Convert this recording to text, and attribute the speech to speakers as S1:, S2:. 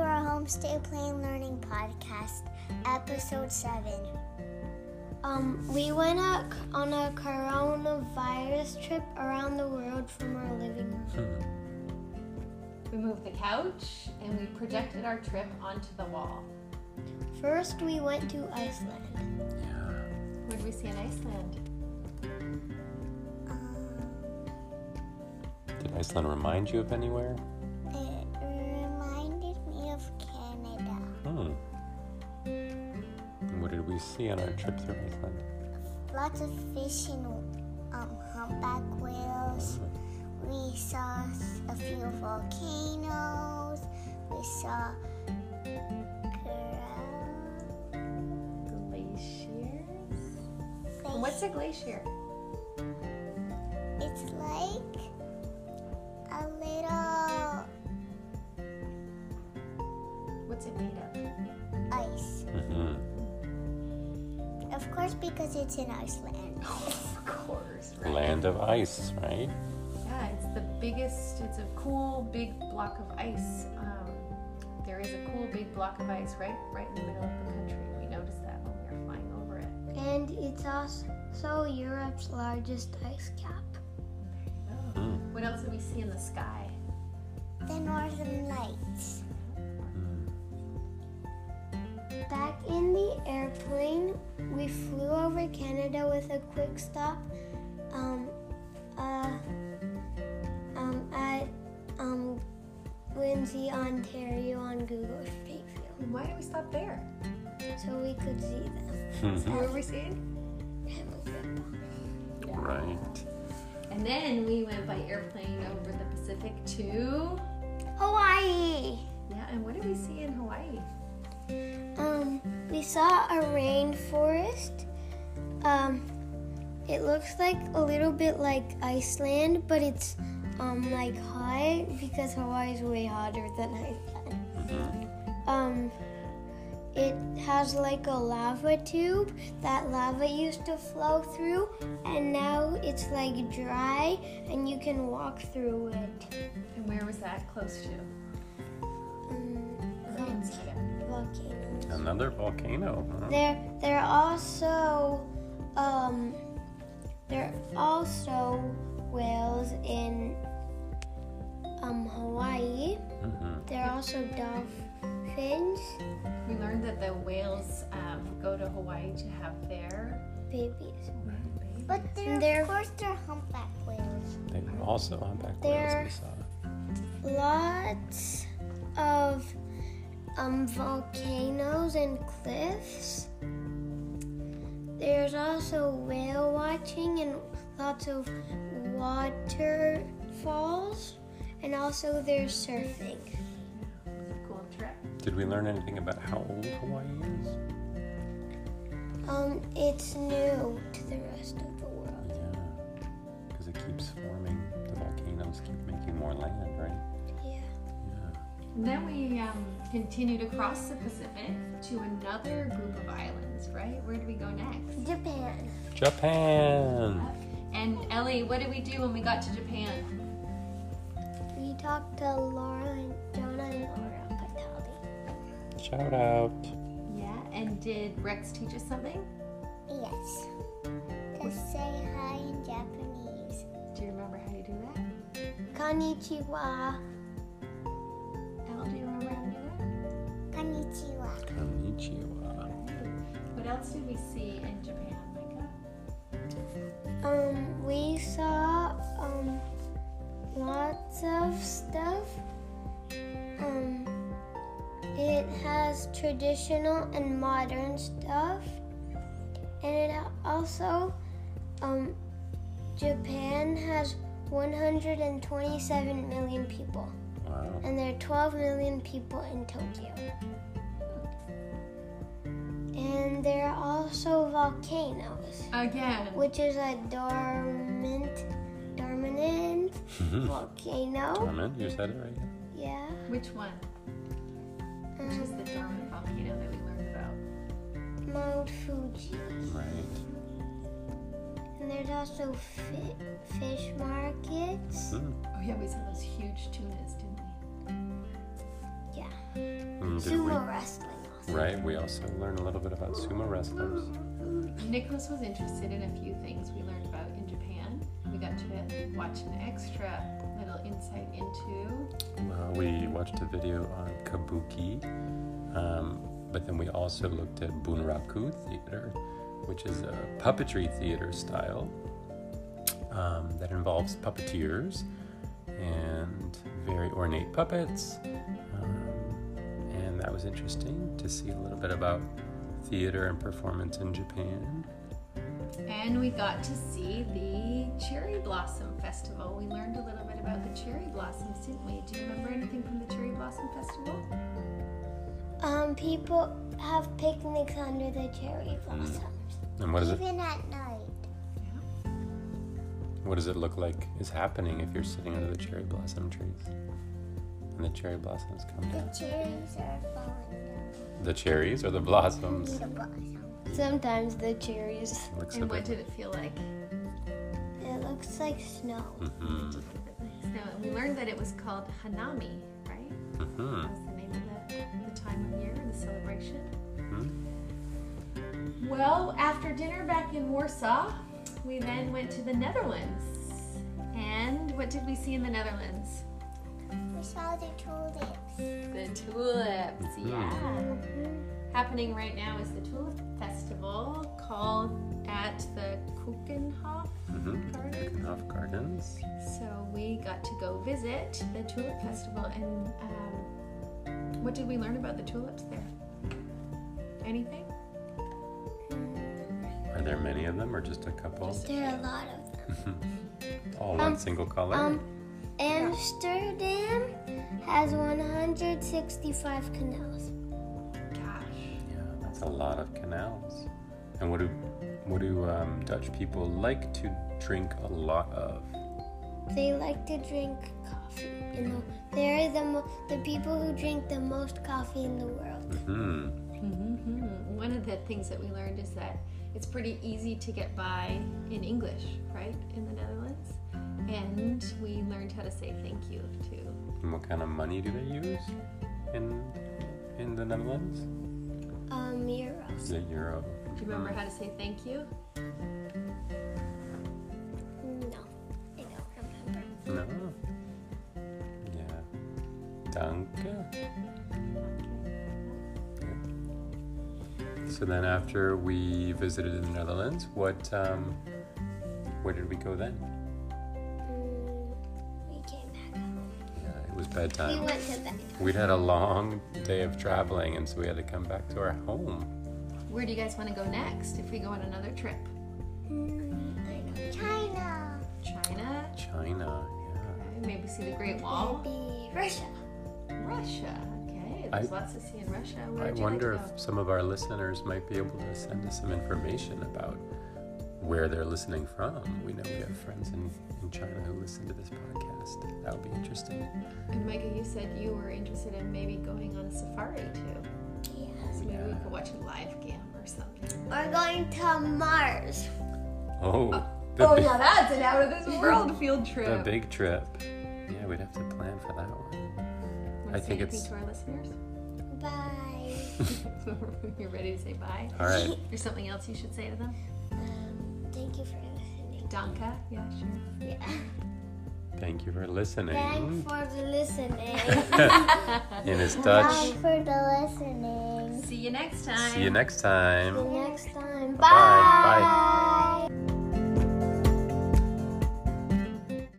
S1: Homestay Plain Learning Podcast, Episode 7.
S2: Um, we went a, on a coronavirus trip around the world from our living room.
S3: We moved the couch and we projected our trip onto the wall.
S2: First, we went to Iceland.
S3: What did we see in Iceland?
S2: Um,
S4: Did Iceland remind you of anywhere?
S1: It reminded me of Canada.
S4: Hmm. And What did we see on our trip through Iceland?
S1: Lots of fish and um, humpback whales. We saw s- a few volcanoes. We saw girl
S3: Glaciers? What's a glacier?
S1: It's like a little
S3: What's it made of?
S1: ice.
S4: hmm
S1: Of course, because it's in Iceland.
S3: Of course,
S4: Land of ice, right?
S3: Yeah, it's the biggest, it's a cool big block of ice. Um, there is a cool big block of ice right right in the middle of the country. We noticed that when we were flying over it.
S2: And it's also Europe's largest ice cap.
S3: What else did we see in the sky?
S1: The Northern Lights.
S2: Back in the airplane, we flew over Canada with a quick stop um, uh, um, at um, Lindsay, Ontario on Google Street View
S3: Why did we stop there?
S2: so we could see them.
S3: What were we seeing?
S4: Right.
S3: And then we went by airplane over the Pacific to
S2: Hawaii!
S3: Yeah, and what did we see in Hawaii?
S2: Um, we saw a rainforest. Um, it looks like a little bit like Iceland, but it's um like high because Hawaii is way hotter than Iceland. Um, it has like a lava tube that lava used to flow through, and now it's like dry, and you can walk through it.
S3: And where was that close to? Mm,
S2: Um, volcano.
S4: Another volcano, huh?
S2: There, there are also, um, there are also whales in um, Hawaii.
S4: Mhm.
S2: There are also dolphins,
S3: We learned that the whales um, go to Hawaii to have their
S2: babies.
S1: But there,
S2: There-
S1: of course, there are humpback whales.
S4: They were also humpback
S2: There-
S4: whales we saw.
S2: Lots of um, volcanoes and cliffs. There's also whale watching and lots of waterfalls, and also there's surfing.
S3: cool trip.
S4: Did we learn anything about how old Hawaii is?
S2: Um, it's new to the rest of the world.
S4: Yeah. Because it keeps forming. The volcanoes keep making more land, right?
S2: Yeah.
S4: Yeah.
S3: And then we um, continued across the Pacific to another group of islands, right? Where did we go next?
S1: Japan.
S4: Japan!
S3: And Ellie, what did we do when we got to Japan?
S2: We talked to Laura and Jonah and Laura Patali.
S4: Shout out.
S3: Yeah, and did Rex teach us something?
S1: Yes. To say hi in Japanese.
S3: Do you remember how to do that?
S2: Konnichiwa.
S3: Elle, do you remember how to do that?
S1: Konnichiwa.
S4: Konnichiwa.
S3: What else did we see in Japan, Micah?
S2: Um, we saw um lots of stuff. Um, it has traditional and modern stuff, and it also um Japan has 127 million people,
S4: Wow.
S2: and there are 12 million people in Tokyo.
S3: Oh,
S2: And there are also volcanoes
S3: Again.
S2: which is a dormant, dormant
S4: Hmm.
S2: volcano.
S4: Comment, you said it right.
S2: Yeah.
S3: Which one? Which is the dormant volcano that we learned about?
S2: Mount Fuji.
S4: Right.
S2: And there's also fi- fish markets.
S4: Hmm.
S3: Oh yeah, we saw those huge tunas, didn't we?
S2: Yeah.
S4: Mm, did we?
S2: sumo wrestling. Also.
S4: Right, we also learned a little bit about sumo wrestlers.
S3: Nicholas was interested in a few things we learned about in Japan. We got to watch an extra little insight into
S4: Uh, we watched a video on kabuki, um, but then we also looked at bunraku theater, which is a puppetry theater style um, that involves puppeteers and very ornate puppets. Um, and that was interesting to see a little bit about theater and performance in Japan.
S3: And we got to see the Cherry Blossom Festival. We learned a little bit about the cherry blossoms, didn't we? Do you remember anything from the Cherry Blossom Festival?
S2: Um, people have picnics under the cherry blossoms.
S4: And what does Hmm. it
S1: Even at night.
S4: what does it look like is happening if you're sitting under the cherry blossom trees and the cherry blossoms come down?
S1: The cherries are falling down.
S4: The cherries or the blossoms?
S1: The blossom.
S2: Sometimes the cherries.
S4: Looks a
S3: And what
S4: bit.
S3: did it feel like?
S2: It looks like snow.
S4: Mhm,
S3: Now, we learned that it was called Hanami, right?
S4: mhm.
S3: That's the name of the, the time of year, the celebration. Mm-hmm. Well, after dinner back in Warsaw, we then went to the Netherlands. And what did we see in the Netherlands?
S4: Hmm.
S1: We saw the tulips.
S3: The tulips, yeah. Mm-hmm. Happening right now is the tulip festival called at the Kukenhof
S4: Mhm.
S3: Garden.
S4: Off gardens.
S3: So we got to go visit the tulip festival, and um, what did we learn about the tulips there? Anything?
S4: Are there many of them or just a couple?
S2: There are a lot of them.
S4: All one single color?
S2: Um, Amsterdam has 165 canals.
S3: Gosh,
S4: yeah, that's a lot of canals. And what do what do um, Dutch people like to drink a lot of?
S2: They like to drink coffee. You know, they're the mo- the people who drink the most coffee in the world.
S4: Hmm.
S3: Mm-hmm. one of the things that we learned is that it's pretty easy to get by in English, right, in the Netherlands. And we learned how to say thank you to
S4: And what kind of money do they use in in the Netherlands?
S2: Um, euros.
S4: Is it euro?
S3: Do you remember how to say thank you?
S2: No, I don't remember.
S4: No. Yeah. Danke. So then, after we visited the Netherlands, what um, where did we go then?
S2: Mm, we came back home.
S4: Yeah, it was
S2: We
S4: bedtime.
S2: went to bed.
S4: We'd had a long day of traveling, and so we had to come back to our home.
S3: Where do you guys want to go next if we go on another trip?
S2: Mm,
S1: China.
S3: China?
S4: China. Yeah.
S3: Okay, Maybe see the Great Wall?
S2: Maybe Russia.
S3: Russia. Okay, there's
S4: I-
S3: lots to see in Russia. Where
S4: I
S3: would you like to
S4: wonder
S3: go?
S4: if some of our listeners might be able to send us some information about where they're listening from. We know we have friends in, in China who listen to this podcast. That would be interesting.
S3: And Micah, you said you were interested in maybe going on a safari too.
S2: Yeah.
S3: So maybe we could watch a live cam or something.
S2: We're going to Mars.
S3: Uh,
S4: Oh, the, big,
S3: that's an out of this world field trip.
S4: the big trip. Yeah, we'd have to plan for that one.
S3: Wanna
S4: I
S3: say
S4: think
S3: anything
S4: it's-
S3: to our listeners.
S2: Bye.
S3: You're ready to say bye.
S4: All right.
S3: There's something else you should say to them.
S2: Um, thank you for listening.
S3: Danka, yeah, sure.
S2: Yeah.
S4: Thank you for listening.
S2: Thanks for the listening.
S4: In
S1: Thanks
S4: his Dutch.
S1: for the listening.
S3: See you next time.
S4: See you next time.
S2: Next time.
S4: Bye. Bye.
S2: Bye.